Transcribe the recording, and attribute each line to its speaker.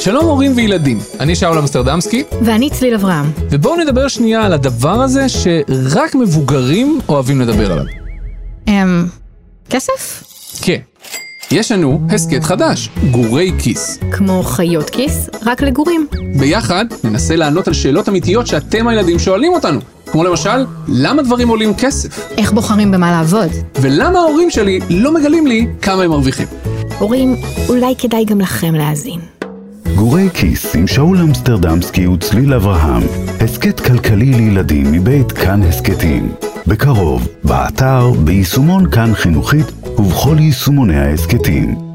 Speaker 1: שלום הורים וילדים, אני שאול אמסטרדמסקי,
Speaker 2: ואני צליל אברהם.
Speaker 1: ובואו נדבר שנייה על הדבר הזה שרק מבוגרים אוהבים לדבר עליו.
Speaker 2: אמ... כסף?
Speaker 1: כן. יש לנו הסכת חדש, גורי כיס.
Speaker 2: כמו חיות כיס, רק לגורים.
Speaker 1: ביחד ננסה לענות על שאלות אמיתיות שאתם הילדים שואלים אותנו, כמו למשל, למה דברים עולים כסף?
Speaker 2: איך בוחרים במה לעבוד?
Speaker 1: ולמה ההורים שלי לא מגלים לי כמה הם מרוויחים?
Speaker 2: הורים, אולי כדאי גם לכם להאזין.
Speaker 3: גורי כיס עם שאול אמסטרדמסקי וצליל אברהם. הסכת כלכלי לילדים מבית כאן הסכתים. בקרוב, באתר, ביישומון כאן חינוכית ובכל יישומוני ההסכתים.